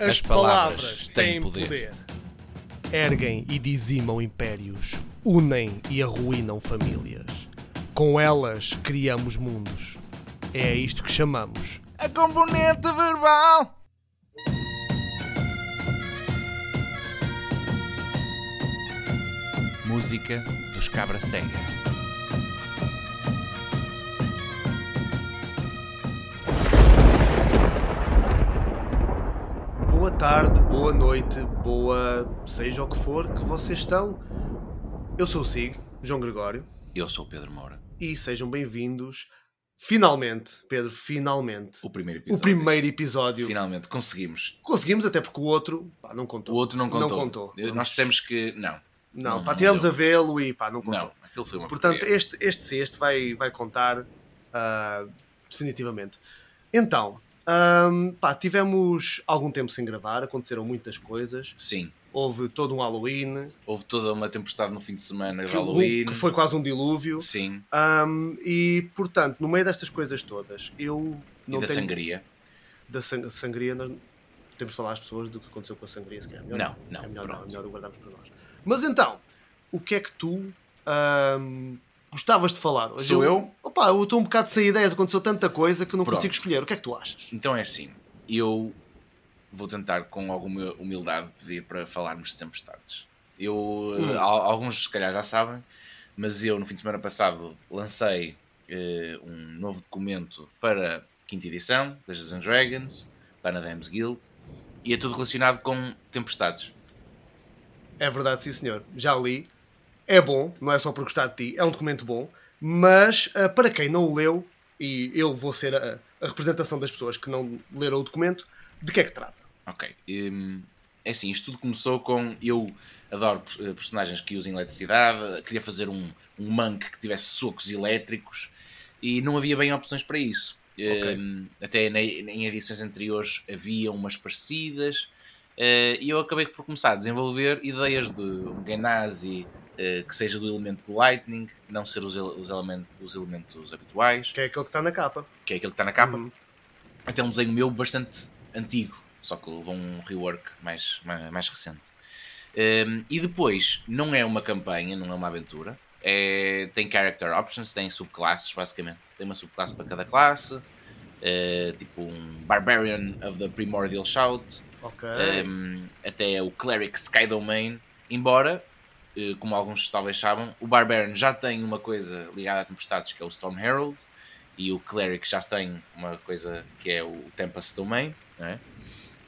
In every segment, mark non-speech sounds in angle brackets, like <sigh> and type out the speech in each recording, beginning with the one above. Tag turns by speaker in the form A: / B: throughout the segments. A: As, palavras, têm poder.
B: Erguem e dizimam impérios, unem e arruinam famílias. Com elas criamos mundos. É a isto que chamamos.
C: A componente verbal.
A: Música dos Cabra Cega.
B: Boa tarde, boa noite, boa. seja o que for que vocês estão. Eu sou o Sig, João Gregório,
A: Eu sou o Pedro Moura.
B: e sejam bem-vindos. Finalmente, Pedro, finalmente.
A: O primeiro
B: O
A: episódio.
B: primeiro episódio.
A: Finalmente conseguimos.
B: Conseguimos, até porque o outro pá, não
A: O
B: contou.
A: outro não contou.
B: Não contou.
A: Eu- Nós dissemos que não.
B: Não,
A: não-
B: pá,
A: não
B: tivemos
A: deu.
B: a vê-lo e pá, não contou.
A: Não. Aquilo foi uma
B: Portanto,
A: porcaria.
B: este, este sim, este vai, vai contar ah, definitivamente. Então, ahm, pá, tivemos algum tempo sem gravar, aconteceram muitas coisas.
A: Sim.
B: Houve todo um Halloween,
A: Houve toda uma tempestade no fim de semana de
B: que-
A: Halloween.
B: que foi quase um dilúvio.
A: Sim.
B: Ahm, e, portanto, no meio destas coisas todas, eu não
A: e da
B: tenho...
A: sangria.
B: Da sang- sangria, nós temos de falar às pessoas do que aconteceu com a sangria, se calhar. é melhor
A: Não, não,
B: É melhor, não, é
A: pronto.
B: melhor o guardarmos para nós. Mas então, o que é que tu ahm, gostavas de falar? Hoje
A: Sou eu?
B: Opa, eu estou um bocado sem ideias, aconteceu tanta coisa que eu não
A: Pronto.
B: consigo escolher. O que é que tu achas?
A: Então é assim. Eu vou tentar com alguma humildade pedir para falarmos de tempestades. Eu, eh, al- alguns se calhar já sabem, mas eu no fim de semana passado lancei eh, um novo documento para quinta edição, Dungeons and Dragons, Panadems Guild, e é tudo relacionado com tempestades.
B: É verdade, sim senhor. Já li. É bom, não é só por gostar de ti, é um documento bom, mas ah, para quem não o leu, e eu vou ser a, a representação das pessoas que não leram o documento, de que é que trata?
A: Ok. hum, é assim, isto tudo começou com. Eu adoro eh, personagens que usem eletricidade, queria fazer um, um monk que tivesse socos elétricos e não havia bem opções para isso.
B: Ok.
A: Hum, até na- em edições anteriores havia umas parecidas eh, e eu acabei por começar a desenvolver ideias de um Ganasi eh, que seja do elemento do Lightning, não ser os, ele- os, element- os elementos habituais
B: Que é aquele que está na capa.
A: que é aquele que está na capa.
B: Uhum.
A: Até um desenho meu bastante antigo, só que levou um rework mais, ma- mais recente. Um, e depois, não é uma campanha, não é uma aventura. É- tem character options, tem subclasses, basicamente. Tem uma subclasse para cada classe. eh, tipo um Barbarian of the Primordial Shout.
B: Ok.
A: Um, até o Cleric Sky Domain, embora, eh, como alguns talvez saibam, o Barbarian já tem uma coisa ligada a tempestades que é o Storm Herald, e o Cleric já tem uma coisa que é o Tempest Domain, não é?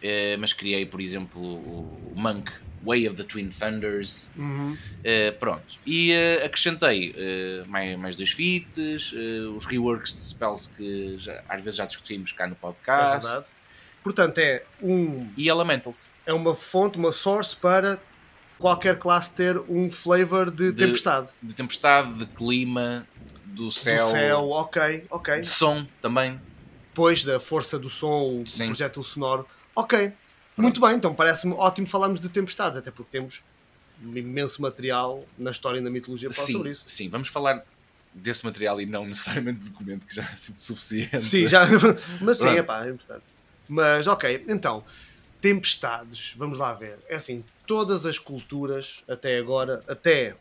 A: Eh, mas criei, por exemplo, o o Monk Way of the Twin Thunders,
B: Uhum.
A: eh, pronto, e eh, acrescentei eh, mais, mais dois feats, eh, os reworks de spells que já- às vezes já discutimos cá no
B: É
A: podcast,
B: verdade. Portanto, é, um,
A: e Elementals.
B: é uma fonte, uma source para qualquer classe ter um flavor de,
A: De-
B: tempestade.
A: de tempestade, de clima, do
B: Do
A: céu,
B: céu, ok, ok.
A: de som também.
B: Depois da força do som, o
A: Sim.
B: projeto sonoro. Ok, muito bem, então parece-me ótimo falarmos de tempestades, até porque temos um imenso material na história e na mitologia para falar sobre
A: Sim,
B: isso.
A: sim, vamos falar desse material e não necessariamente do documento que já é sido suficiente. <laughs>
B: Sim, já. Mas sim,
A: Pronto.
B: é pá, é importante. Mas ok, então, tempestades, vamos lá ver. É assim, todas as culturas até agora, até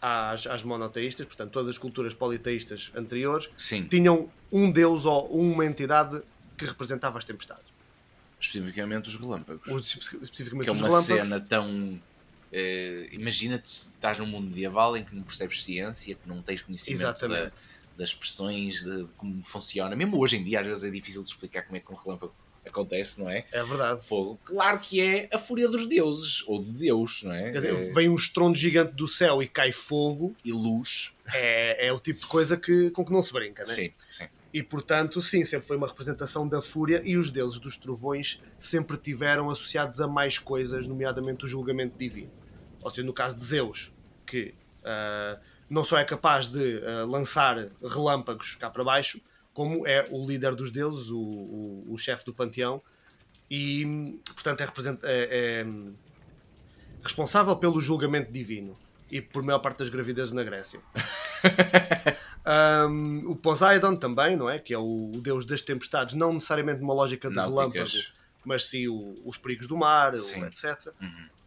B: às, às monoteístas, portanto, todas as culturas politeístas anteriores,
A: Sim,
B: tinham um deus ou uma entidade que representava as tempestades.
A: especificamente os relâmpagos.
B: Os, espe- especificamente
A: que é
B: os
A: uma
B: relâmpagos.
A: cena tão. eh, imagina tu se estás num mundo medieval em que não percebes ciência, que não tens conhecimento da,
B: Exatamente.
A: das pressões, de como funciona. Mesmo hoje em dia, às vezes é difícil de explicar como é que um relâmpago acontece, não é?
B: É verdade.
A: Fogo. Claro que é a fúria dos deuses, ou de Deus, não é?
B: Quer dizer,
A: Eh,
B: Vem um estrondo gigante do céu e cai fogo,
A: e luz.
B: é, é o tipo de coisa que, com que não se brinca, né?
A: Sim, sim.
B: E portanto, sim, sempre foi uma representação da fúria e os deuses dos trovões sempre tiveram associados a mais coisas, nomeadamente o julgamento divino. Ou seja, no caso de Zeus, que ah, não só é capaz de ah, lançar relâmpagos cá para baixo, como é o líder dos deuses, o, o- o chefe do panteão, e portanto é, represent- é- é responsável pelo julgamento divino e por maior parte das gravidezes na
A: <laughs>
B: Grécia. Um, o Poseidon também, não é? Que é o, o deus das tempestades, não necessariamente numa lógica de
A: Náuticas.
B: relâmpago, mas sim o- os perigos do mar, o
A: Sim. Uhum.
B: etc.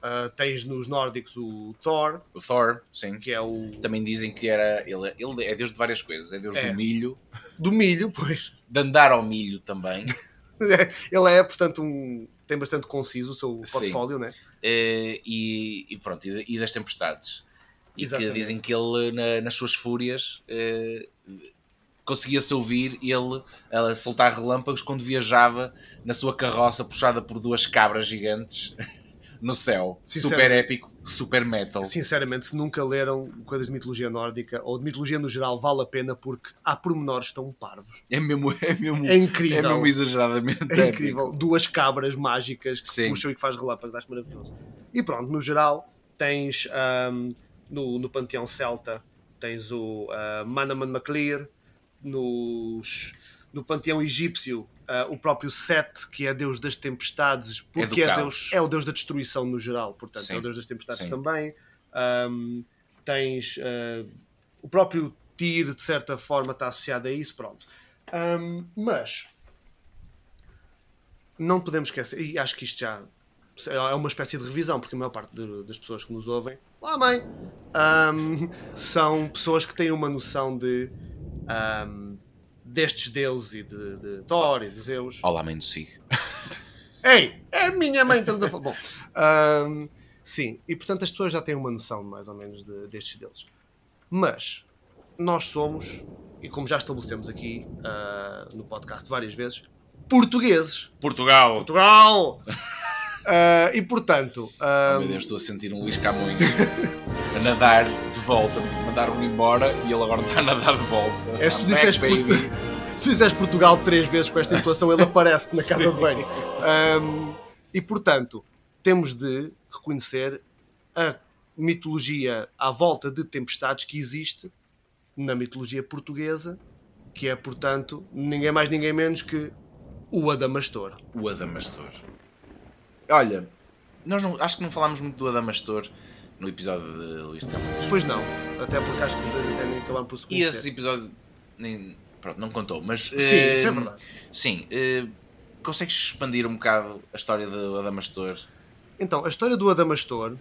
B: Ah, tens nos nórdicos o Thor,
A: O Thor, sim.
B: que é o
A: Também dizem que era. Ele, ele é deus de várias coisas. É deus
B: É.
A: do milho,
B: do milho, pois. <laughs>
A: de andar ao milho também.
B: Ele é, portanto, um tem bastante conciso o seu
A: Sim.
B: portfólio, né?
A: eh, e, e pronto, e, e das tempestades. E
B: Exatamente.
A: que dizem que ele, na- nas suas fúrias, eh, conseguia-se ouvir ele a soltar relâmpagos quando viajava na sua carroça puxada por duas cabras gigantes <laughs> no céu.
B: Sinceramente.
A: Super épico, super metal.
B: Sinceramente, se nunca leram coisas de mitologia nórdica ou de mitologia no geral, vale a pena porque há pormenores tão parvos.
A: É mesmo, é mesmo,
B: É incrível.
A: é mesmo exageradamente <laughs>
B: É
A: épico.
B: incrível. Duas cabras mágicas que se
A: Sim.
B: puxam e que faz relâmpagos, acho maravilhoso. E pronto, no geral, tens ahm, no, no panteão celta, tens o ah, Manaman Maclear, nos, no panteão egípcio, ah, o próprio Set, que é deus das tempestades, porque é,
A: caos.
B: deus, é o deus da destruição no geral, portanto,
A: Sim.
B: é o deus das tempestades
A: Sim.
B: também. Ahm, tens ah, o próprio Tyr, de certa forma, está associado a isso, pronto. Ahm, mas não podemos esquecer, e acho que isto já é uma espécie de revisão, porque a maior parte de- das pessoas que nos ouvem, lá mãe, ahm, <laughs> são pessoas que têm uma noção de ahm, destes deuses e de, de Thor e de Zeus.
A: Olá, mãe do Sig.
B: Ei, é a minha mãe, estamos a falar. Bom, ahm, sim, e portanto as pessoas já têm uma noção mais ou menos de- destes deuses. Mas nós somos, e como já estabelecemos aqui ah, no podcast várias vezes, portugueses.
A: Portugal!
B: Portugal! Ah, e portanto, ah,
A: Meu Deus, estou a sentir um Luís Camões a nadar de volta. Mandaram-me embora e ele agora está a nadar de volta.
B: É, se tu
A: I'm
B: disseste
A: back, baby.
B: se fizeres Portugal três vezes com esta atuação, ele aparece na casa de banho. Ahm, e portanto, temos de reconhecer a mitologia à volta de tempestades que existe na mitologia portuguesa, que é, portanto, ninguém mais, ninguém menos que o Adamastor.
A: O Adamastor. Olha, nós não- acho que não falámos muito do Adamastor no episódio de Luís de Camões.
B: Pois não, até porque acho que os dois até nem acabaram por se
A: E
B: conhecer.
A: esse episódio. nem- pronto, não contou, mas.
B: Sim,
A: eh,
B: isso é verdade.
A: Sim, eh, consegues expandir um bocado a história do Adamastor?
B: Então, a história do Adamastor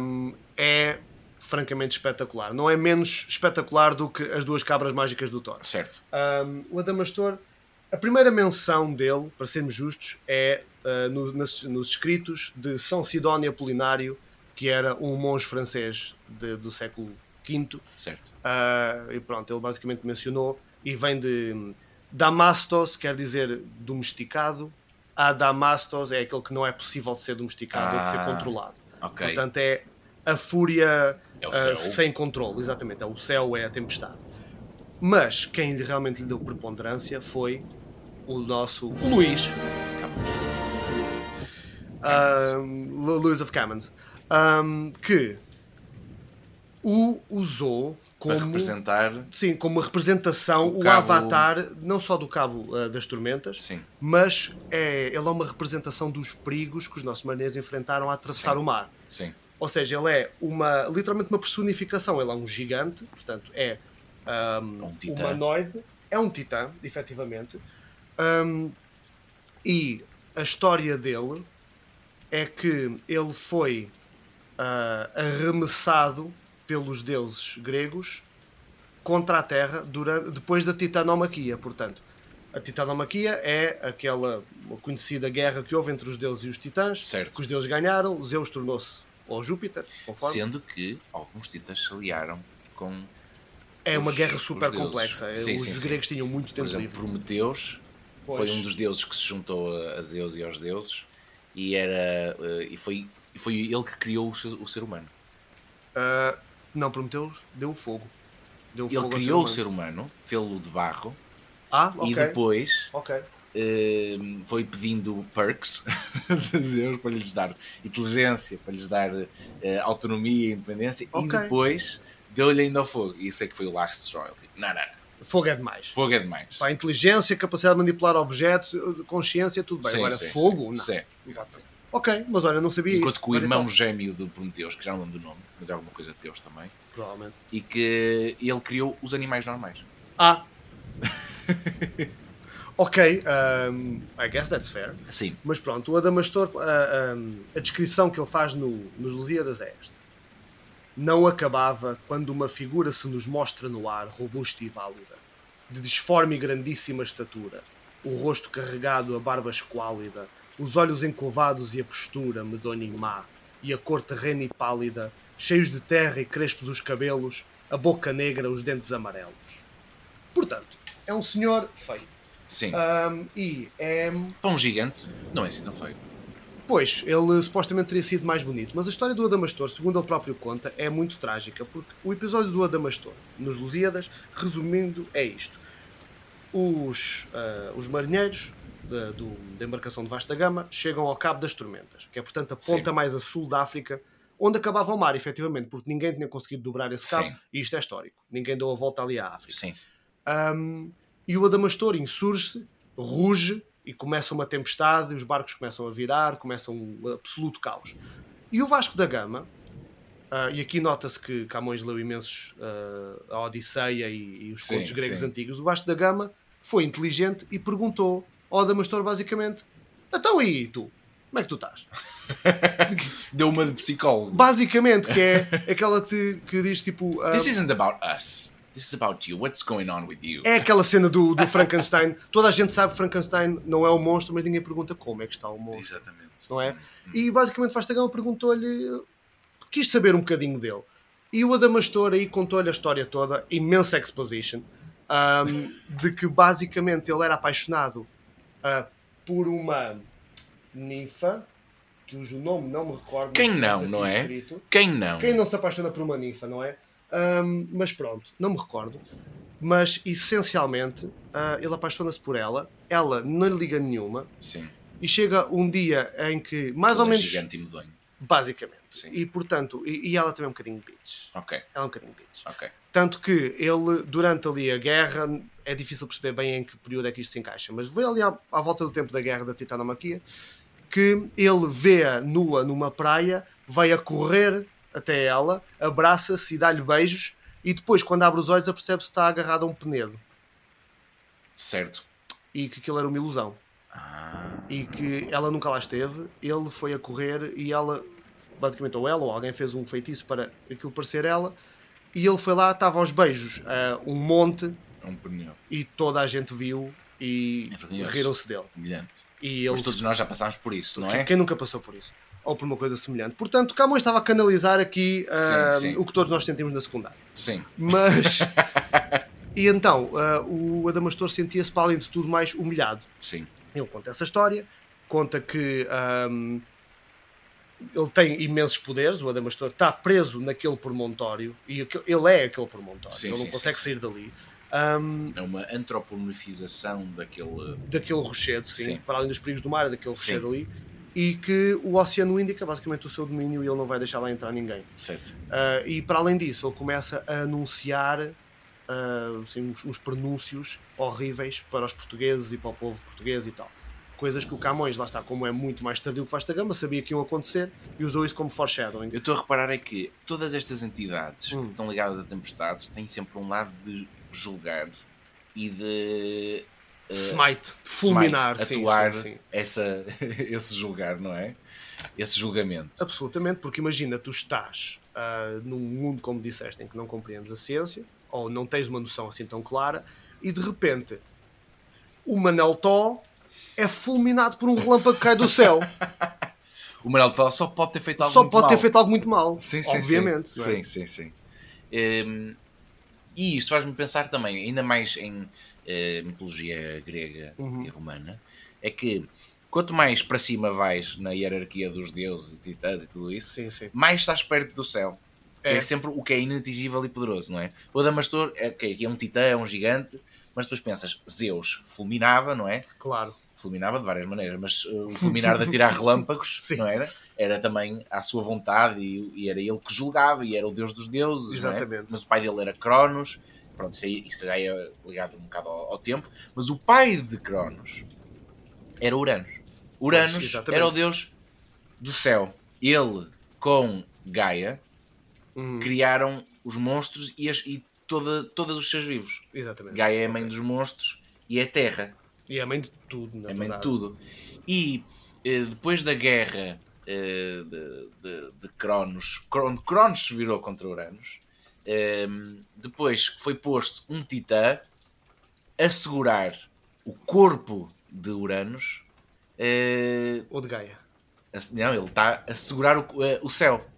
B: hum, é francamente espetacular. Não é menos espetacular do que as duas cabras mágicas do Thor.
A: Certo.
B: Hum, o Adamastor, a primeira menção dele, para sermos justos, é uh, no- nas- nos escritos de São Sidónio Apolinário, que era um monge francês de- do século V.
A: Certo.
B: Ah, e pronto, ele basicamente mencionou e vem de hum, Damastos, quer dizer domesticado. A Damastos é aquele que não é possível de ser domesticado, é de ser
A: Ah,
B: controlado.
A: ok.
B: Portanto, é a fúria
A: É o
B: ah,
A: céu.
B: sem controle, exatamente. É o céu, é a tempestade. Mas quem realmente lhe deu preponderância foi o nosso Luís, um, Lu- Lewis of Cummins, um, que o usou
A: Para
B: como,
A: representar.
B: sim, como uma representação,
A: O
B: o,
A: cabo-
B: avatar, não só do cabo ah, das tormentas,
A: Sim.
B: mas é, ele é uma representação dos perigos que os nossos marinheiros enfrentaram a atravessar o mar.
A: Sim.
B: Ou seja, ele é uma, literalmente uma personificação, ele é um gigante, portanto é
A: Um titã.
B: humanoide, é um titã, efetivamente. Hum, e a história dele é que ele foi ah, arremessado pelos deuses gregos contra a Terra durante, depois da Titanomaquia, portanto. A Titanomaquia é aquela conhecida guerra que houve entre os deuses e os titãs,
A: Certo.
B: que os deuses ganharam, Zeus tornou-se ou Júpiter, conforme.
A: Sendo que alguns titãs se aliaram com
B: É uma
A: Os-
B: guerra
A: os
B: super
A: deuses.
B: complexa.
A: Sim,
B: os
A: sim, sim.
B: gregos tinham muito
A: por
B: tempo
A: exemplo,
B: livre.
A: Prometeus
B: Pois.
A: foi um dos deuses que se juntou a a Zeus e aos deuses e era eh, e foi e foi ele que criou o ser, o ser humano.
B: Ah, não, Prometeu deu um fogo. Deu um
A: Ele
B: fogo ao
A: criou o
B: humano.
A: ser humano, fê-lo de barro
B: Ah, ok.
A: e depois
B: Ok.
A: eh, foi pedindo perks <laughs> de Zeus para lhes dar inteligência, para lhes dar eh, autonomia e independência
B: Ok.
A: e depois deu-lhe ainda o fogo. E isso é que foi o Last Straw. Ele, Tipo, não, não, não,
B: Fogo é demais.
A: fogo é demais.
B: Pá, inteligência, capacidade de manipular objetos, consciência, tudo bem.
A: Sim,
B: Agora,
A: sim,
B: fogo?
A: sim.
B: Não.
A: Sim.
B: não pode ser. Ok, mas olha, não sabia
A: Enquanto
B: isso.
A: que o
B: Olha,
A: irmão
B: então,
A: gêmeo do Prometeus, que já não lembro do nome, mas é alguma coisa de Deus também,
B: então, Provavelmente.
A: e que ele criou os animais normais.
B: Ah! <laughs> Ok, um, I guess that's fair.
A: Sim.
B: Mas pronto, o Adamastor, a, a, a descrição que ele faz no, nos Lusíadas é esta. Não acabava quando uma figura se nos mostra no ar, robusta e válida, de disforme e grandíssima estatura, o rosto carregado, a barba esquálida, os olhos encovados e a postura medonha e má, e a cor terrena e pálida, cheios de terra e crespos os cabelos, a boca negra, os dentes amarelos. Portanto, é um senhor feio.
A: Sim.
B: Ahm, e é.
A: Para um Ah. gigante, não é assim tão feio.
B: Pois, ele supostamente teria sido mais bonito, mas a história do Adamastor, segundo ele próprio conta, é muito trágica, porque o episódio do Adamastor, nos Lusíadas, resumindo, é isto: os, ah, os marinheiros da, do- da embarcação de vasta gama chegam ao Cabo das Tormentas, que é, portanto, a ponta
A: Sim.
B: mais a sul da África, onde acabava o mar, efetivamente, porque ninguém tinha conseguido dobrar esse cabo,
A: Sim.
B: e isto é histórico. Ninguém deu a volta ali à África.
A: Sim.
B: Um, e o Adamastor insurge-se, ruge e começa uma tempestade, e os barcos começam a virar, começa um absoluto caos. E o Vasco da Gama, ah, e aqui nota-se que Camões leu imensos ah, a Odisseia e, e os
A: Sim,
B: contos gregos
A: sim.
B: antigos, o Vasco da Gama foi inteligente e perguntou ao Adamastor basicamente: Então e tu? Como é que tu estás?
A: Deu uma de psicólogo.
B: Basicamente, que
A: <laughs>
B: é aquela que, que diz tipo. ah,
A: This isn't about us. This is about you. What's going on with you?
B: É aquela cena do, do Frankenstein. Toda a gente sabe que Frankenstein não é um monstro, mas ninguém pergunta como é que está o monstro,
A: Exatamente.
B: não é?
A: Uhum.
B: E basicamente Vasta Gama perguntou-lhe, quis saber um bocadinho dele. E o Adamastor aí contou-lhe a história toda, imensa exposition, ahm, de que basicamente ele era apaixonado ah, por uma ninfa, cujo nome não me recordo. mas
A: Quem
B: temos
A: não,
B: aqui
A: não é?
B: escrito.
A: Quem não?
B: Quem não se apaixona por uma ninfa, não é? Ahm, mas pronto, não me recordo. Mas essencialmente, ah, ele apaixona-se por ela, ela não lhe liga nenhuma,
A: Sim.
B: e chega um dia em que, mais ou
A: Ele é
B: menos,
A: Gigante e medonho.
B: basicamente,
A: Sim.
B: e portanto, e, e ela também é um bocadinho bitch.
A: Ok,
B: Ela é um bocadinho bitch.
A: ok.
B: Tanto que ele, durante ali a guerra, é difícil perceber bem em que período é que isto se encaixa, mas vê ali à, à volta do tempo da guerra da Titanomaquia, que ele vê-a nua numa praia, vai a correr até ela, abraça-se e dá-lhe beijos, e depois, quando abre os olhos, apercebe-se que está agarrado a um penedo,
A: Certo.
B: e que aquilo era uma ilusão,
A: Ah,
B: e que ela nunca lá esteve, ele foi a correr e ela, basicamente, ou ela ou alguém fez um feitiço para aquilo parecer ela, e ele foi lá, estava aos beijos, a um monte
A: é um pneu.
B: e toda a gente viu e
A: É vergonhoso.
B: riram-se dele.
A: Brilhante.
B: E
A: Mas
B: ele,
A: todos nós já passámos por isso, não é?
B: quem nunca passou por isso? Ou por uma coisa semelhante. Portanto, Camões estava a canalizar aqui ah,
A: sim.
B: o que todos nós sentimos na secundária.
A: Sim. <laughs>
B: Mas. e então, ah, o Adamastor sentia-se, para além de tudo mais, humilhado.
A: Sim.
B: Ele conta essa história, conta que ahm, ele tem imensos poderes, o Adamastor está preso naquele promontório e aquele- ele é aquele promontório,
A: Sim,
B: ele não
A: sim,
B: consegue
A: sim,
B: sair dali. Ahm,
A: É uma antropomorfização daquele.
B: daquele rochedo, sim,
A: Sim.
B: para além dos perigos do mar, é daquele
A: Sim.
B: rochedo ali, e que o Oceano Índico é basicamente o seu domínio e ele não vai deixar lá entrar ninguém.
A: Certo.
B: Ah, e para além disso, ele começa a anunciar ah, assim, uns, uns pronúncios horríveis para os portugueses e para o povo português e tal. Coisas que o Camões, lá está, como é muito mais tardio que Vasta Gama, sabia que iam acontecer e usou isso como foreshadowing.
A: Eu estou a reparar é que todas estas entidades
B: Hum.
A: que estão ligadas a tempestades têm sempre um lado de julgar e de eh,
B: Smite, de fulminar,
A: smite,
B: sim,
A: atuar
B: sim, sim.
A: Essa, <laughs> esse julgar, não é? Esse julgamento.
B: Absolutamente, porque imagina, tu estás ah, num mundo, como disseste, em que não compreendes a ciência, ou não tens uma noção assim tão clara, e de repente o Manel Tó é fulminado por um relâmpago que cai do
A: <laughs>
B: céu.
A: O Manuel Tala só pode ter feito algo
B: Só
A: Tá muito
B: pode ter
A: mal.
B: feito algo muito mal,
A: Sim, sim,
B: obviamente.
A: Sim,
B: não é?
A: sim, sim. sim. Hum, e isto faz-me pensar também, ainda mais em eh, mitologia grega
B: Uhum.
A: e romana, é que quanto mais para cima vais na hierarquia dos deuses e titãs e tudo isso,
B: Sim, sim.
A: mais estás perto do céu. Que É.
B: É.
A: sempre o que é inatingível e poderoso, não é? O Adamastor é, ok, que é um titã, é um gigante, mas depois pensas, Zeus fulminava, não é?
B: Claro.
A: Fulminava de várias maneiras, mas
B: <laughs>
A: uh, o fulminar de atirar relâmpagos,
B: Sim.
A: não era? Era também à sua vontade e, e era ele que julgava e era o deus dos deuses, Não é?
B: Exatamente.
A: Mas o pai dele era Cronos, pronto, isso, aí, isso já é ligado um bocado ao, ao tempo, mas o pai de Cronos era Uranos.
B: Pois,
A: Uranos
B: exatamente.
A: era o deus do céu. Ele com Gaia
B: Uhum,
A: criaram os monstros e, as, e toda, todos os seres vivos.
B: Exatamente.
A: Gaia é a mãe dos monstros e é a terra.
B: E é a mãe de tudo, na
A: É mãe de
B: verdade.
A: tudo. E eh, depois da guerra eh, de, de, de Cronos, Cron- Cronos se virou contra Uranus, ehm, depois foi posto um titã a segurar o corpo de Uranus. eh,
B: Ou de Gaia.
A: a- não, ele está a segurar o, eh, o céu,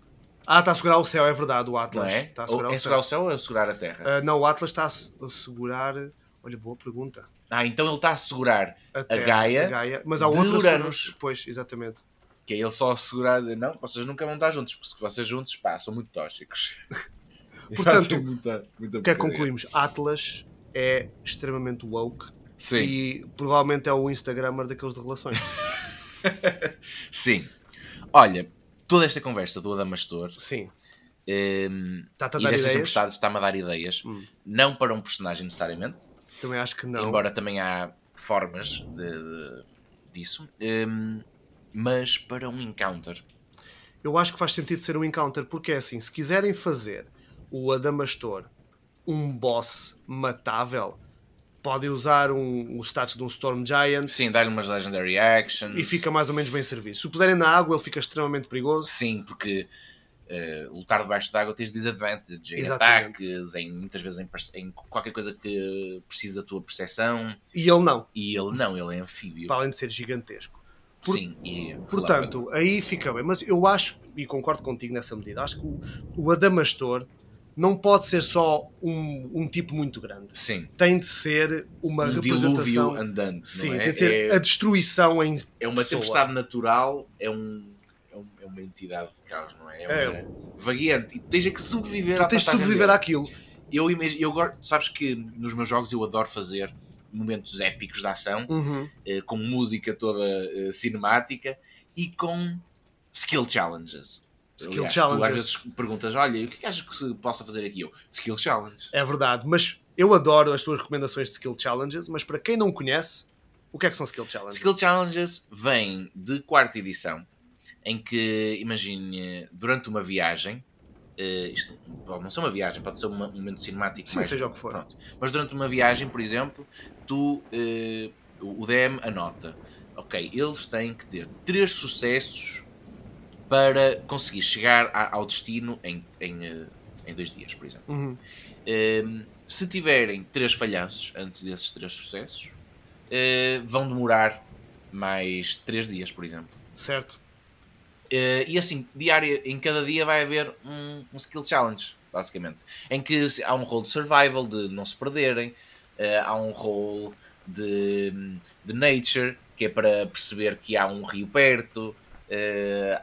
B: Ah, está a segurar o céu, é verdade, o
A: não
B: Atlas.
A: é?
B: Está a
A: Ou,
B: segurar
A: é
B: o
A: segurar
B: céu.
A: o céu ou é segurar a terra?
B: Ah, não, o Atlas está a se- a segurar. Olha, boa pergunta.
A: Ah, então ele está a segurar a,
B: Terra,
A: Gaia,
B: a Gaia. Mas há
A: de
B: outras
A: Uranus.
B: Pois, exatamente.
A: que é ele só a segurar a dizer, não, vocês nunca vão estar juntos, porque se vocês juntos, pá, são muito
B: <laughs>
A: tóxicos.
B: Portanto,
A: Fazem muita, muita
B: O que é que
A: porcaria.
B: concluímos? Atlas é extremamente woke
A: Sim,
B: e provavelmente é o Instagrammer daqueles de
A: <laughs>
B: relações.
A: sim. Olha, toda esta conversa do Adamastor
B: Sim.
A: hum,
B: Está-te Tá a
A: e
B: dar
A: dessas
B: ideias?
A: tempestades está-me a dar ideias, não para um personagem necessariamente,
B: Também acho que não.
A: embora também há formas de- de- disso, hum, mas para um encounter.
B: Eu acho que faz sentido ser um encounter, porque é assim, se quiserem fazer o Adamastor um boss matável, podem usar um, um status de um Storm Giant
A: Sim, dar-lhe umas Legendary Actions.
B: e fica mais ou menos bem servido. Se o puserem na água, ele fica extremamente perigoso.
A: Sim, porque eh, lutar debaixo d'água tens disadvantage em
B: Exatamente.
A: ataques, em, muitas vezes em, perce- em qualquer coisa que precise da tua percepção.
B: E ele não,
A: E ele não, ele é anfíbio.
B: para além de ser gigantesco. por-
A: Sim, e.
B: Portanto, aí fica bem. Mas eu acho, e concordo contigo nessa medida, acho que o, o Adamastor não pode ser só um, um tipo muito grande.
A: Sim,
B: Tem de ser uma
A: um dilúvio
B: representação.
A: andante.
B: Sim,
A: não é?
B: tem de ser
A: é,
B: a destruição em
A: é uma
B: pessoa.
A: tempestade natural, é, um, é, um- é uma entidade de caos, não é? É,
B: É.
A: uma vagueante. E tens é que sobreviver à
B: Tu tens de
A: passagem
B: sobreviver
A: dele.
B: àquilo.
A: Eu, imag- eu gosto- Sabes que nos meus jogos eu adoro fazer momentos épicos de ação, eh, com música toda eh, cinemática e com skill challenges.
B: Skill
A: Aliás, Tu às
B: challenges.
A: vezes perguntas, olha, o que é que achas que se possa fazer aqui? Eu, skill challenge.
B: É verdade, mas eu adoro as tuas recomendações de skill challenges, mas para quem não conhece, o que é que são skill challenges?
A: Skill Challenges vem de quarta edição, em que, imagine, durante uma viagem, eh, isto pode não ser uma viagem, pode ser uma- um momento cinemático,
B: Sim,
A: mais-
B: seja o que for.
A: pronto. mas durante uma viagem, por exemplo, tu, eh, o o DM anota, ok, eles têm que ter três sucessos para conseguir chegar a- ao destino em, em, eh, em dois dias, por exemplo.
B: Uhum.
A: Um, se tiverem três falhanços antes desses três sucessos, uh, vão demorar mais três dias, por exemplo.
B: Certo?
A: Uh, e assim, diária, em cada dia vai haver um, um skill challenge, basicamente. Em que se- há um rol de survival, de não se perderem, uh, há um rol de, de nature, que é para perceber que há um rio perto, uh,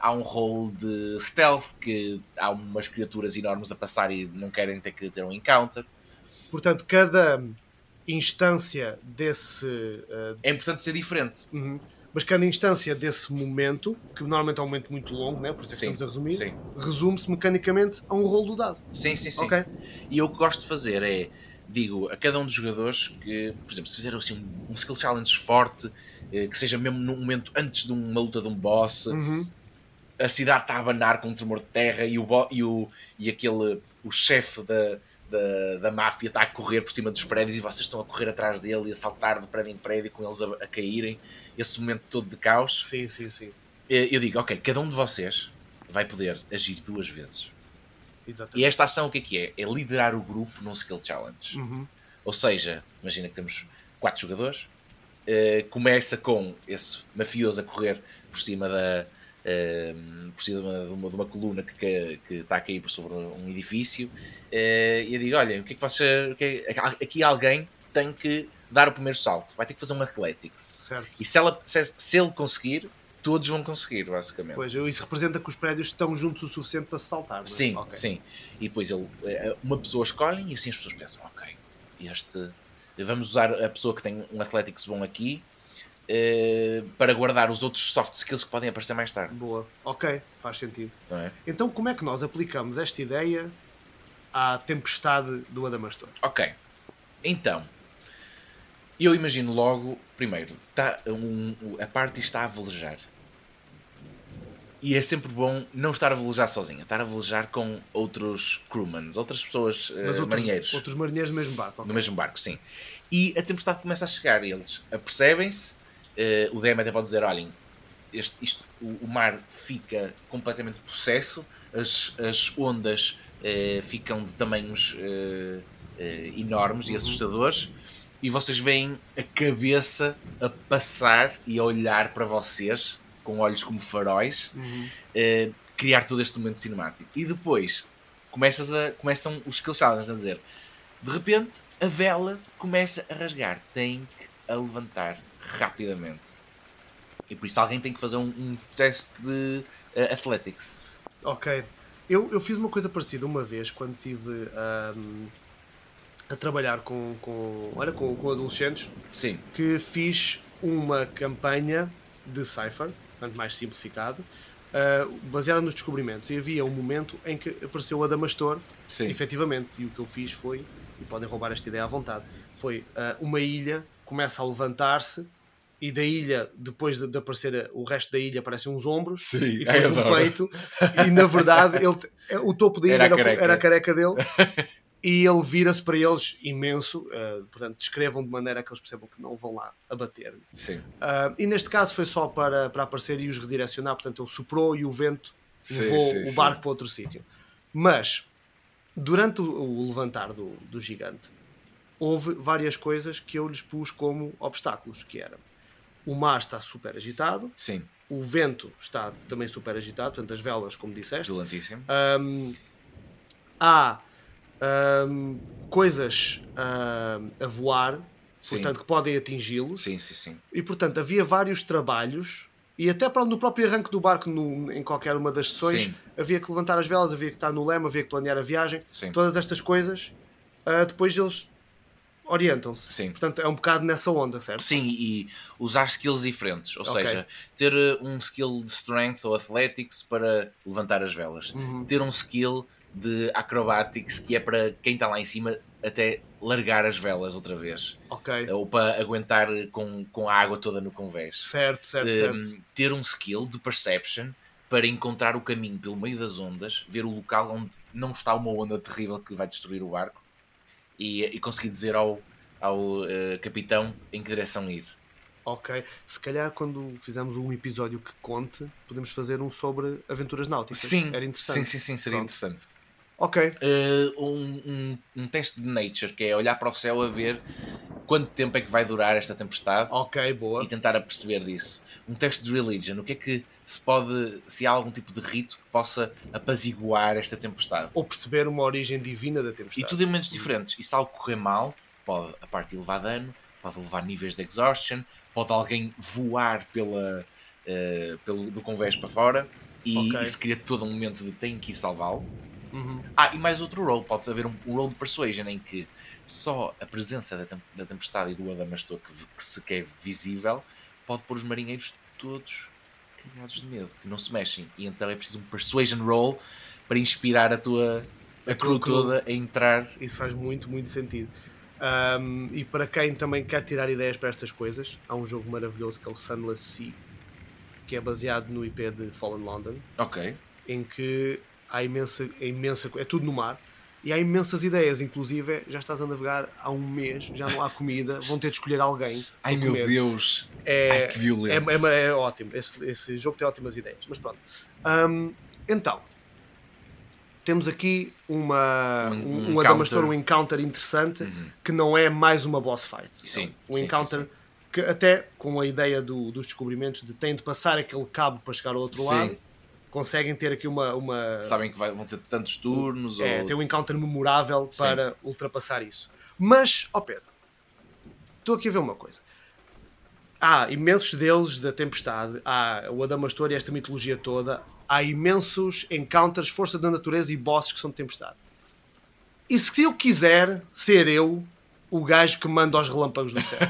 A: há um rol de stealth, que há umas criaturas enormes a passar e não querem ter que ter um encounter.
B: Portanto, cada instância desse. eh,
A: é importante ser diferente.
B: uhum, Mas cada instância desse momento, que normalmente é um momento muito longo, né? por isso é que
A: Sim,
B: estamos a resumir,
A: sim.
B: resume-se mecanicamente a um rolo do dado.
A: Sim, sim, sim.
B: Ok?
A: E eu o que gosto de fazer é, digo a cada um dos jogadores que, por exemplo, se fizeram assim um, um skill challenge forte, eh, que seja mesmo num momento antes de uma luta de um boss,
B: Uhum.
A: a cidade está a abanar com um tremor de terra e o, bo- e o, e aquele, o chefe da, da, da máfia está a correr por cima dos prédios e vocês estão a correr atrás dele e a saltar de prédio em prédio com eles a, a caírem. Esse momento todo de caos.
B: Sim, sim, sim.
A: Eh, Eu digo, ok, cada um de vocês vai poder agir duas vezes.
B: Exatamente.
A: E esta ação o que é que é? É liderar o grupo num skill challenge.
B: Uhum.
A: Ou seja, imagina que temos quatro jogadores, eh, começa com esse mafioso a correr por cima da eh, por cima de uma, de uma- de uma coluna que, que, que está a cair por sobre um edifício eh, e eu digo, olha, o que é que você o que é- aqui alguém tem que dar o primeiro salto, vai ter que fazer um athletics
B: Certo.
A: e se, ela, se, se ele conseguir todos vão conseguir, basicamente
B: Pois, isso representa que os prédios estão juntos o suficiente para se saltar. não é?
A: Sim,
B: Ok.
A: sim. E depois ele, eh, uma pessoa escolhe e assim as pessoas pensam, ok, este vamos usar a pessoa que tem um Athletics bom aqui eh, para guardar os outros soft skills que podem aparecer mais tarde,
B: Boa. Ok, faz sentido.
A: não é?
B: Então, como é que nós aplicamos esta ideia à tempestade do Adamastor?
A: Ok. Então, eu imagino um, logo, primeiro, tá um- a party está a velejar. E é sempre bom não estar a velejar sozinha, estar a velejar com outros crewmans, outras pessoas, eh,
B: Mas outros
A: marinheiros,
B: outros marinheiros no mesmo barco. ok.
A: no mesmo barco, sim. E a tempestade começa a chegar e eles apercebem-se. eh, o DM até pode dizer: olhem, este, isto, o, o mar fica completamente possesso, as, as ondas eh, ficam de tamanhos eh, eh, enormes e assustadores. E vocês veem a cabeça a passar e a olhar para vocês com olhos como faróis eh, criar todo este momento cinemático. E depois começas a, começam os skill challenges a dizer: de repente a vela começa a rasgar, tem que a levantar rapidamente. E por isso alguém tem que fazer um, um teste de eh, athletics.
B: Ok. Eu, eu fiz uma coisa parecida uma vez quando estive ahm, a trabalhar com, com, olha, com, com adolescentes
A: Sim,
B: que fiz uma campanha de cipher, portanto mais simplificado, ah, baseada nos descobrimentos. E havia um momento em que apareceu o Adamastor,
A: Sim.
B: efetivamente, e o que eu fiz foi, e podem roubar esta ideia à vontade, foi ah, uma ilha começa a levantar-se e da ilha, depois de, de aparecer o resto da ilha, aparecem uns ombros
A: Sim,
B: e depois
A: <laughs> eu
B: um
A: adoro.
B: peito e na verdade ele, é, o topo da ilha
A: Era
B: era,
A: a
B: o- era a careca.
A: careca.
B: dele <laughs> e ele vira-se para eles imenso, eh, portanto descrevam de maneira que eles percebam que não vão lá abater
A: sim.
B: ah, e neste caso foi só para, para aparecer e os redirecionar, portanto ele soprou e o vento
A: Sim,
B: levou
A: sim,
B: o
A: sim.
B: barco para outro sítio. Mas, durante o, o levantar do, do gigante, houve várias coisas que eu lhes pus como obstáculos, que era o mar está super agitado,
A: Sim,
B: o vento está também super agitado, portanto as velas, como disseste,
A: violentíssimo.
B: há ahm, coisas ahm, a voar,
A: Sim.
B: portanto que podem atingi-los,
A: Sim, sim, sim.
B: e portanto havia vários trabalhos e até para- no próprio arranque do barco no- em qualquer uma das sessões
A: Sim.
B: havia que levantar as velas, havia que estar no leme, havia que planear a viagem,
A: Sim.
B: todas estas coisas ah, depois eles orientam-se.
A: Sim.
B: Portanto é um bocado nessa onda, certo?
A: Sim, e usar skills diferentes, ou
B: Ok.
A: seja, ter uh, um skill de strength ou athletics para levantar as velas,
B: Uhum.
A: ter um skill de acrobatics que é para quem está lá em cima até largar as velas outra vez,
B: Ok.
A: ou para aguentar com, com a água toda no convés.
B: Certo, certo,
A: Um,
B: certo.
A: ter um skill de perception para encontrar o caminho pelo meio das ondas, ver o local onde não está uma onda terrível que vai destruir o barco e, e conseguir dizer ao, ao eh, capitão em que direção ir.
B: Ok. Se calhar quando fizermos um episódio que conte, podemos fazer um sobre aventuras náuticas.
A: Sim,
B: Tipo, Era interessante.
A: Sim, sim, sim, seria
B: Pronto.
A: interessante.
B: Ok.
A: Eh, um, um, um teste de nature, que é olhar para o céu a ver quanto tempo é que vai durar esta tempestade
B: Ok, boa.
A: e tentar aperceber disso. Um teste de religion, o que é que se pode, se há algum tipo de rito que possa apaziguar esta tempestade.
B: Ou perceber uma origem divina da
A: E
B: tempestade.
A: tudo em momentos diferentes. E se algo correr mal, pode a parte levar dano, pode levar níveis de exhaustion, pode alguém voar pela, eh, pelo, do convés para fora e
B: Ok.
A: isso cria todo um momento de tem que ir salvá-lo.
B: Uhum.
A: Ah, e mais outro role, pode haver um, um role de persuasion em que só a presença da, tem- da tempestade e do Adamastor que, v- que se que é visível pode pôr os marinheiros todos cagados de medo, que não se mexem. E então é preciso um persuasion roll para inspirar a tua a, crew
B: tua crew.
A: toda a entrar.
B: Isso faz muito, muito sentido. Ahm, e para quem também quer tirar ideias para estas coisas, há um jogo maravilhoso que é o Sunless Sea, que é baseado no IP de Fallen London,
A: Ok,
B: em que há imensa, é imensa, co- é tudo no mar e há imensas ideias, inclusive já estás a navegar há um mês, já não há comida, vão ter de escolher alguém. para
A: Ai meu
B: comer.
A: Deus!
B: É,
A: Ai, que violento.
B: É, é- é ótimo. Esse, esse jogo tem ótimas ideias. Mas pronto. Ahm, então, temos aqui uma,
A: Um-
B: um,
A: um
B: um,
A: encounter. Uhum.
B: Adamastor, um encounter interessante que não é mais uma boss fight.
A: Sim,
B: É um
A: sim,
B: encounter
A: sim, sim.
B: que, até com a ideia do- dos descobrimentos de têm de passar aquele cabo para chegar ao outro
A: Sim.
B: lado, conseguem ter aqui uma. uma
A: Sabem que vai- vão ter tantos turnos
B: é,
A: ou.
B: tem um encounter memorável para ultrapassar isso. Mas, ó Pedro, estou aqui a ver uma coisa. Há imensos deuses da tempestade, há o Adamastor e esta mitologia toda, há imensos encounters, força da natureza e bosses que são de tempestade. E se eu quiser ser eu o gajo que manda aos relâmpagos do
A: <laughs>
B: céu,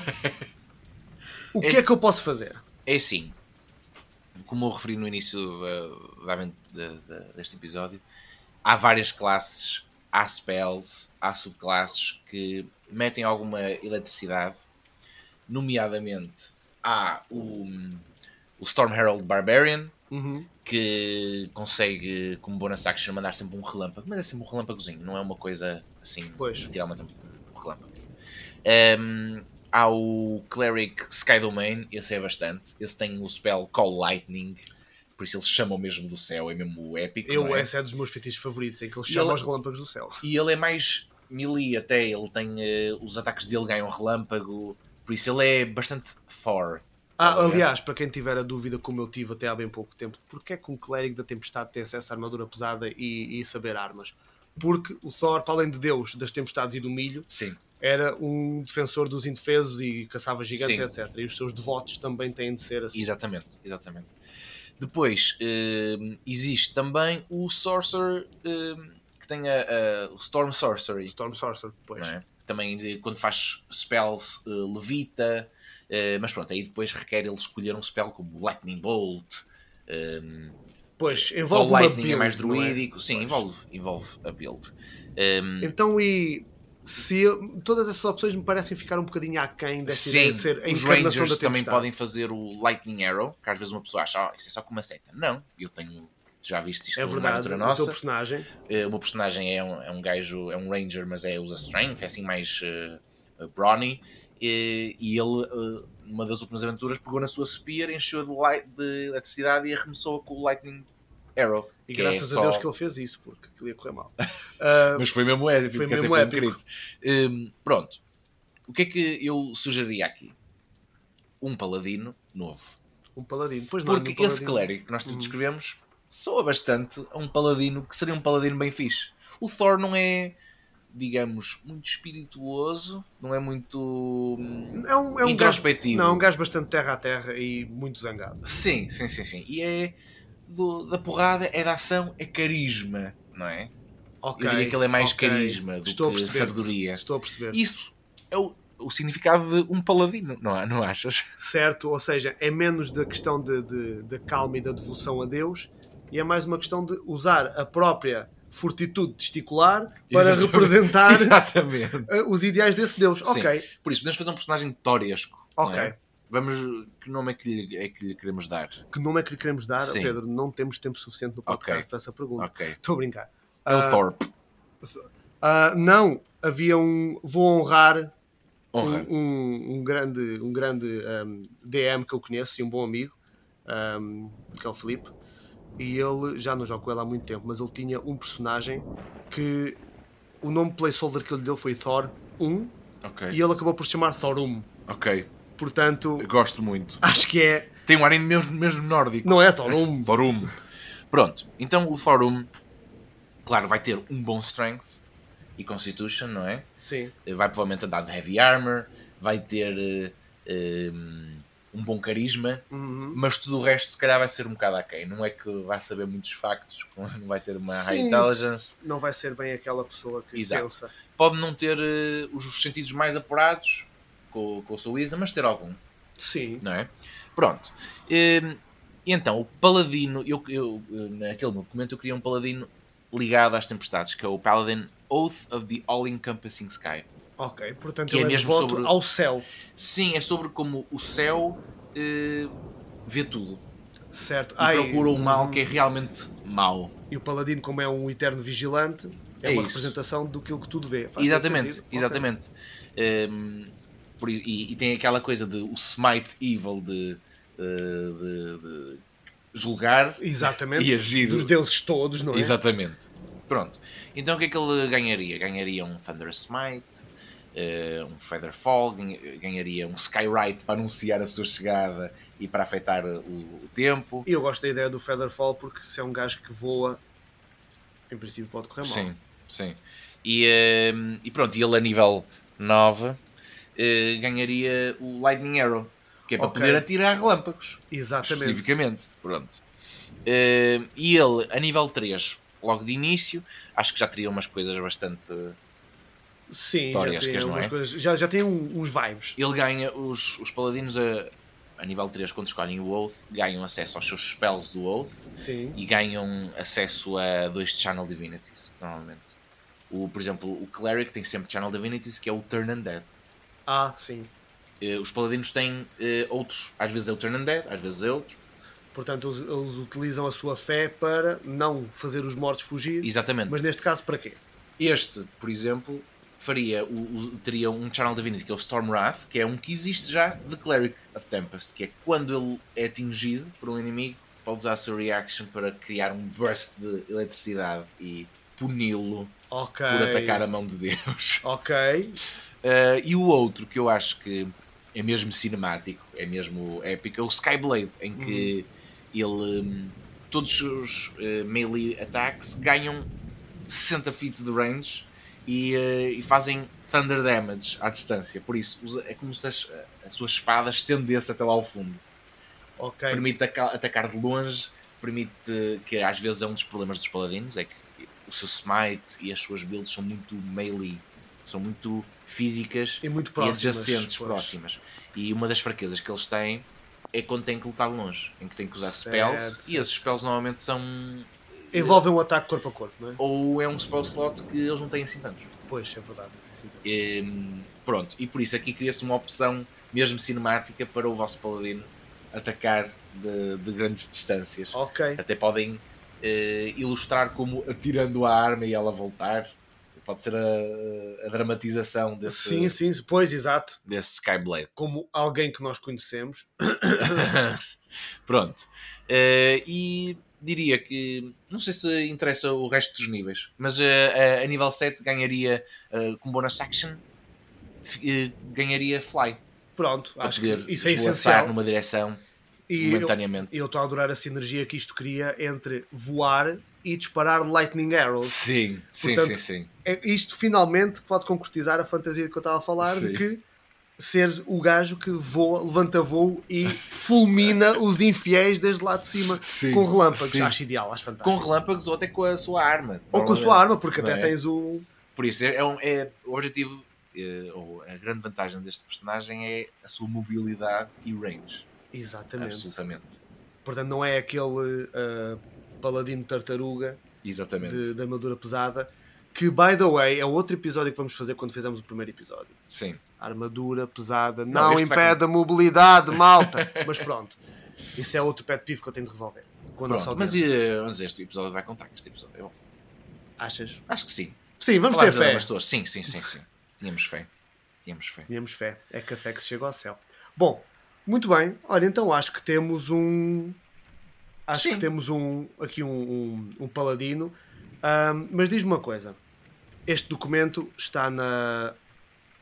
B: o que é que eu posso fazer?
A: É assim, como eu referi no início eh, da- da aven- da- da- deste episódio, há várias classes, há spells, há subclasses que metem alguma eletricidade, nomeadamente há o, o Storm hum, Herald Barbarian, que consegue, como bonus action, mandar sempre um relâmpago, mas é sempre um relâmpagozinho, não é uma coisa assim,
B: Pois.
A: literalmente um relâmpago. Ahm, há o Cleric Sky Domain, esse é bastante, esse tem o spell Call Lightning, por isso ele chama o mesmo do céu, é mesmo épico.
B: Eu,
A: não é?
B: esse é dos meus feitiços favoritos, em que ele
A: E
B: chama
A: ele-
B: os relâmpagos do céu.
A: E ele é mais melee até, ele tem eh, os ataques dele ganham relâmpago, por isso ele é bastante Thor.
B: Ah,
A: Ok.
B: aliás, para quem tiver a dúvida, como eu tive até há bem pouco tempo, porque é que um clérigo da tempestade tem acesso à armadura pesada e, e saber armas? Porque o Thor, para além de Deus das tempestades e do milho,
A: Sim.
B: era um defensor dos indefesos e caçava gigantes,
A: Sim.
B: etc. E os seus devotos também têm de ser assim.
A: Exatamente, exatamente. Depois hum, existe também o Sorcerer hum, que tem a, a- o Storm Sorcery.
B: Storm Sorcerer, pois.
A: não é? Também de- quando faz spells eh, levita, eh, mas pronto, aí depois requer ele escolher um spell como Lightning Bolt. hum,
B: Pois,
A: Call
B: envolve uma
A: Lightning é
B: build,
A: mais
B: não é?
A: druídico. Sim,
B: Pois.
A: envolve, envolve a build. Hum,
B: Então, e se eu- todas essas opções me parecem ficar um bocadinho aquém dessa ideia de ser a
A: os
B: encarnação da
A: Rangers também
B: tempestade.
A: podem fazer o Lightning Arrow, que às vezes uma pessoa acha, oh, isso é só com uma seta. Não, eu tenho, já viste isto
B: É
A: numa
B: verdade,
A: aventura
B: o teu
A: nossa.
B: personagem.
A: Eh, O meu personagem é um, é um gajo, é um Ranger, mas é usa Strength, é assim mais eh, eh, brawny. Eh, e ele, eh, numa das últimas aventuras, pegou na sua spear, encheu de, light, de eletricidade e arremessou-a com o Lightning Arrow.
B: E
A: que é
B: graças a
A: só-
B: Deus que ele fez isso, porque aquilo ia correr mal. <laughs> Ah,
A: Mas foi mesmo épico,
B: Foi
A: porque
B: mesmo
A: até foi um
B: épico.
A: querido. Hum, pronto. O que é que eu sugeria aqui? Um paladino novo.
B: um paladino. Pois não,
A: Porque
B: nenhum
A: esse
B: um paladino. Hum.
A: clérigo que nós te descrevemos soa bastante a um paladino que seria um paladino bem fixe. O Thor não é, digamos, muito espirituoso, não é muito. hum,
B: É um, é um gajo,
A: Introspectivo.
B: não, é um gajo bastante terra a terra e muito zangado.
A: Sim, sim, sim, sim. E é do- da porrada, é da ação, é carisma, não é?
B: Ok,
A: diria que ele é mais
B: ok.
A: carisma do
B: Estou a
A: que
B: perceber-te.
A: sabedoria.
B: Estou a perceber.
A: Isso é o, o significado de um paladino, não, é? não achas?
B: Certo, ou seja, é menos da questão de, de- da calma e da devoção a Deus e é mais uma questão de usar a própria fortitude
A: <laughs>
B: testicular para
A: Exatamente. <laughs>
B: representar
A: Exatamente.
B: eh, os ideais desse Deus.
A: Sim.
B: Ok,
A: Por isso, podemos fazer um personagem toresco. não
B: ok.
A: é? Vamos. Que nome é que lhe, é que lhe queremos dar?
B: Que nome é que lhe queremos dar,
A: Sim.
B: Pedro? Não temos tempo suficiente no podcast
A: Ok.
B: para essa pergunta.
A: Ok.
B: Estou a brincar.
A: É Elthorpe.
B: Ah, não, havia um. Vou honrar
A: Honra.
B: um, um- um grande, um grande ahm, DM que eu conheço e um bom amigo, ahm, que é o Felipe. E ele, já não jogo com ele há muito tempo, mas ele tinha um personagem que o nome placeholder que ele lhe deu foi Thor 1
A: Ok.
B: e ele acabou por se chamar Thorum.
A: Ok.
B: Portanto,
A: Gosto muito.
B: acho que é.
A: Tem um ar ainda mesmo, mesmo nórdico.
B: Não é Thorum.
A: Thorum. Pronto. Então o Thorum, claro, vai ter um bom strength e constitution, não é?
B: Sim.
A: vai provavelmente andar de heavy armor, vai ter eh, um, um bom carisma,
B: Uhum.
A: mas tudo o resto se calhar vai ser um bocado aquém. Não é que vai saber muitos factos, <laughs> não vai ter uma high
B: Sim,
A: intelligence,
B: Não vai ser bem aquela pessoa que
A: Exato.
B: pensa.
A: pode não ter eh, os sentidos mais apurados com, com o seu Isa, mas ter algum,
B: Sim.
A: não é? Pronto. Eh, e então, o paladino, eu, eu, eh, naquele meu documento eu queria um paladino ligado às tempestades, que é o Paladin Oath of the All-Encompassing Sky.
B: Ok, portanto
A: Que é
B: ele é,
A: mesmo
B: devoto
A: sobre-
B: ao céu,
A: Sim, é sobre como o céu eh, vê tudo
B: certo?
A: e procura o mal que é realmente mau.
B: E o Paladino, como é um eterno vigilante, é,
A: É
B: uma
A: isso.
B: representação do que tudo vê. Faz todo
A: exatamente,
B: sentido. Ok.
A: exatamente. Ehm, por i- e, e tem aquela coisa de o smite evil de, eh, de- de julgar.
B: Exatamente.
A: E agir.
B: Dos deuses todos, não é?
A: Exatamente. Pronto. Então o que é que ele ganharia? Ganharia um Thunder Smite, eh, um Feather Fall, ganha- ganharia um Skyrite para anunciar a sua chegada e para afetar o- o tempo.
B: E eu gosto da ideia do Featherfall porque se é um gajo que voa, em princípio pode correr mal.
A: Sim, sim. E, ehm, e pronto, e ele a nível 9 eh, ganharia o Lightning Arrow, que é para
B: Ok.
A: poder atirar relâmpagos,
B: Exatamente.
A: especificamente. Pronto. Ehm, e ele a nível 3, logo de início, acho que já teria umas coisas bastante.
B: Sim, já
A: Torescas,
B: tem
A: não
B: algumas
A: é?
B: coisas. Já, já tem um- uns vibes.
A: Ele ganha, os, os paladinos a, a nível 3, quando escolhem o Oath, ganham acesso aos seus spells do Oath
B: Sim.
A: e ganham acesso a dois Channel Divinities, normalmente. O, por exemplo, o Cleric tem sempre Channel Divinities, que é o Turn Undead.
B: Ah, sim.
A: Eh, os paladinos têm eh, outros, às vezes é o Turn Undead, às vezes é outro.
B: Portanto, eles, eles utilizam a sua fé para não fazer os mortos fugir.
A: Exatamente.
B: Mas neste caso, para quê?
A: Este, por exemplo, faria o, o- teria um Channel Divinity, que é o Stormwrath, que é um que existe já de Cleric of Tempest, que é quando ele é atingido por um inimigo, pode usar a sua reaction para criar um burst de eletricidade e puni-lo
B: Ok.
A: por atacar a mão de Deus.
B: Ok.
A: Uh, e o outro que eu acho que é mesmo cinemático, é mesmo épico, é o Skyblade, em que ele. hum, Todos os uh, melee attacks ganham 60 feet de range e, uh, e fazem thunder damage à distância. Por isso, usa- é como se as- a, sua espada estendesse até lá ao fundo.
B: Ok.
A: Permite aca- atacar de longe, permite que às vezes é um dos problemas dos paladinos, é que o seu smite e as suas builds são muito melee, são muito físicas
B: E muito próximas.
A: e adjacentes
B: pois.
A: próximas. E uma das fraquezas que eles têm é quando têm que lutar longe, em que têm que usar spells,
B: Certo,
A: e esses spells normalmente são.
B: Envolvem um ataque corpo a corpo, não é?
A: Ou é um spell slot que eles não têm assim tantos.
B: Pois, é verdade. tem sido.
A: Hum, pronto, e por isso aqui cria-se uma opção, mesmo cinemática, para o vosso paladino atacar de, de grandes distâncias.
B: Ok.
A: Até podem eh, ilustrar como atirando a arma e ela voltar. Pode ser a, a dramatização desse,
B: Sim, sim. Pois, exato.
A: desse Skyblade.
B: Como alguém que nós conhecemos.
A: Pronto. Eh, e diria que. Não sei se interessa o resto dos níveis, mas eh, a, a nível 7 ganharia eh, com bonus action, fi- eh, ganharia fly.
B: Pronto,
A: Para
B: acho que
A: poder
B: isso é
A: desvoaçar
B: essencial.
A: numa direção
B: E eu-
A: momentaneamente.
B: E eu estou a adorar a sinergia que isto cria entre voar e disparar lightning arrows.
A: Sim, sim,
B: Portanto,
A: sim, sim.
B: É, isto finalmente pode concretizar a fantasia que eu estava a falar
A: Sim.
B: de que seres o gajo que voa, levanta voo e fulmina os infiéis desde lá de cima
A: Sim,
B: com relâmpagos.
A: sim.
B: Acho ideal, acho fantástico.
A: Com relâmpagos ou até com a sua arma.
B: Ou com a sua arma, porque
A: Não
B: até
A: é?
B: tens o.
A: Por isso, é, é um, é o objetivo, eh, ou a grande vantagem deste personagem é a sua mobilidade e range.
B: Exatamente.
A: Absolutamente.
B: Portanto, não é aquele ah, paladino tartaruga
A: Exatamente.
B: de, de armadura pesada. Que, by the way, é outro episódio que vamos fazer quando fizemos o primeiro episódio.
A: Sim.
B: Armadura pesada não,
A: este vai
B: impede a mobilidade,
A: <laughs>
B: malta. Mas pronto, isso é outro pet pivo que eu tenho de resolver. Com a nossa
A: Pronto, mas,
B: audiência.
A: eh, mas este episódio vai contar que este episódio é bom.
B: Achas?
A: Acho que sim.
B: Sim, vamos
A: Falámos
B: ter
A: da
B: fé.
A: Damas Torres. Sim, sim, sim, sim. Tínhamos fé. Tínhamos fé.
B: Tínhamos fé. É café que se chega ao céu. Bom, muito bem. Olha, então acho que temos um. Acho
A: Sim.
B: que temos um aqui um, um, um paladino. Ahm, mas diz-me uma coisa. Este documento está na,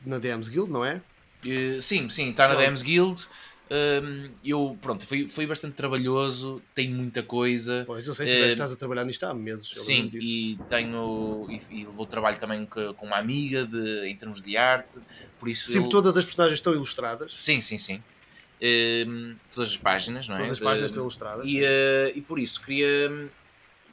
B: na DMs Guild, não é?
A: Eh, sim, sim, está na
B: Pronto.
A: DMs Guild. Hum, eu, pronto, foi, foi bastante trabalhoso, tem muita coisa.
B: Pois, eu sei que tu
A: Eh,
B: estás a trabalhar nisto há meses. eu
A: Sim,
B: lembro disso.
A: e tenho. E, e levou trabalho também co- com uma amiga de, em termos de arte, por isso.
B: Sim,
A: eu-
B: todas as personagens estão ilustradas.
A: sim, sim. sim. Hum, todas as páginas, não é?
B: Todas as páginas
A: Hum,
B: estão ilustradas.
A: E, eh, e por isso queria.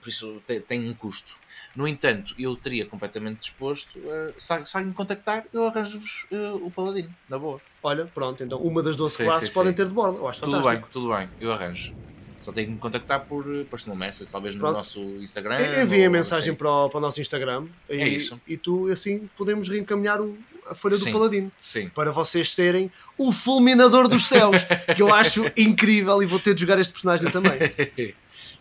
A: Por isso te- tem um custo. No entanto, eu teria completamente disposto. eh, se al- se alguém me contactar, eu arranjo-vos eh, o Paladino, na boa.
B: Olha, pronto, então uma das 12
A: Sim,
B: classes
A: sim,
B: podem
A: sim.
B: ter de borda. Eu acho
A: Tudo bem,
B: fantástico.
A: tudo bem, eu arranjo. Só tenho que me contactar por eh, personal message, talvez no
B: Pronto.
A: nosso Instagram.
B: En- Enviem a
A: ou
B: mensagem
A: assim.
B: para o, para o nosso Instagram e,
A: É isso.
B: e tu assim podemos reencaminhar o- a folha do
A: Sim.
B: Paladino
A: Sim,
B: para vocês serem o fulminador dos céus, que eu
A: <laughs>
B: acho incrível e vou ter de jogar este personagem também.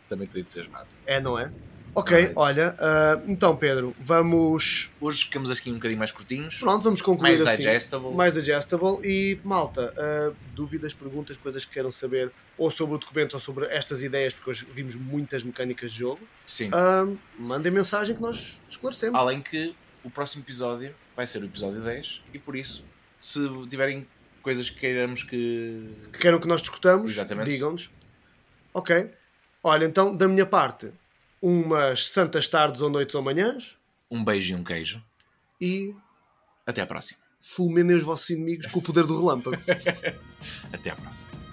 A: também estou entusiasmado.
B: É, não é? Ok,
A: Right.
B: olha, ah, então Pedro, vamos.
A: Hoje ficamos aqui um bocadinho mais curtinhos,
B: Pronto, vamos concluir
A: mais
B: assim.
A: digestible.
B: mais digestible e malta, ah, dúvidas, perguntas, coisas que queiram saber ou sobre o documento ou sobre estas ideias, porque hoje vimos muitas mecânicas de jogo,
A: Sim.
B: ah, mandem mensagem que nós esclarecemos.
A: Além que o próximo episódio vai ser o episódio 10 e por isso, se tiverem coisas que queiramos que
B: que queiram que nós discutamos,
A: Exatamente.
B: digam-nos. Ok. Olha, então, da minha parte, umas santas tardes ou noites ou manhãs
A: Um beijo e um queijo.
B: e
A: Até à próxima.
B: fulminem os vossos inimigos com o poder do relâmpago.
A: Até à próxima.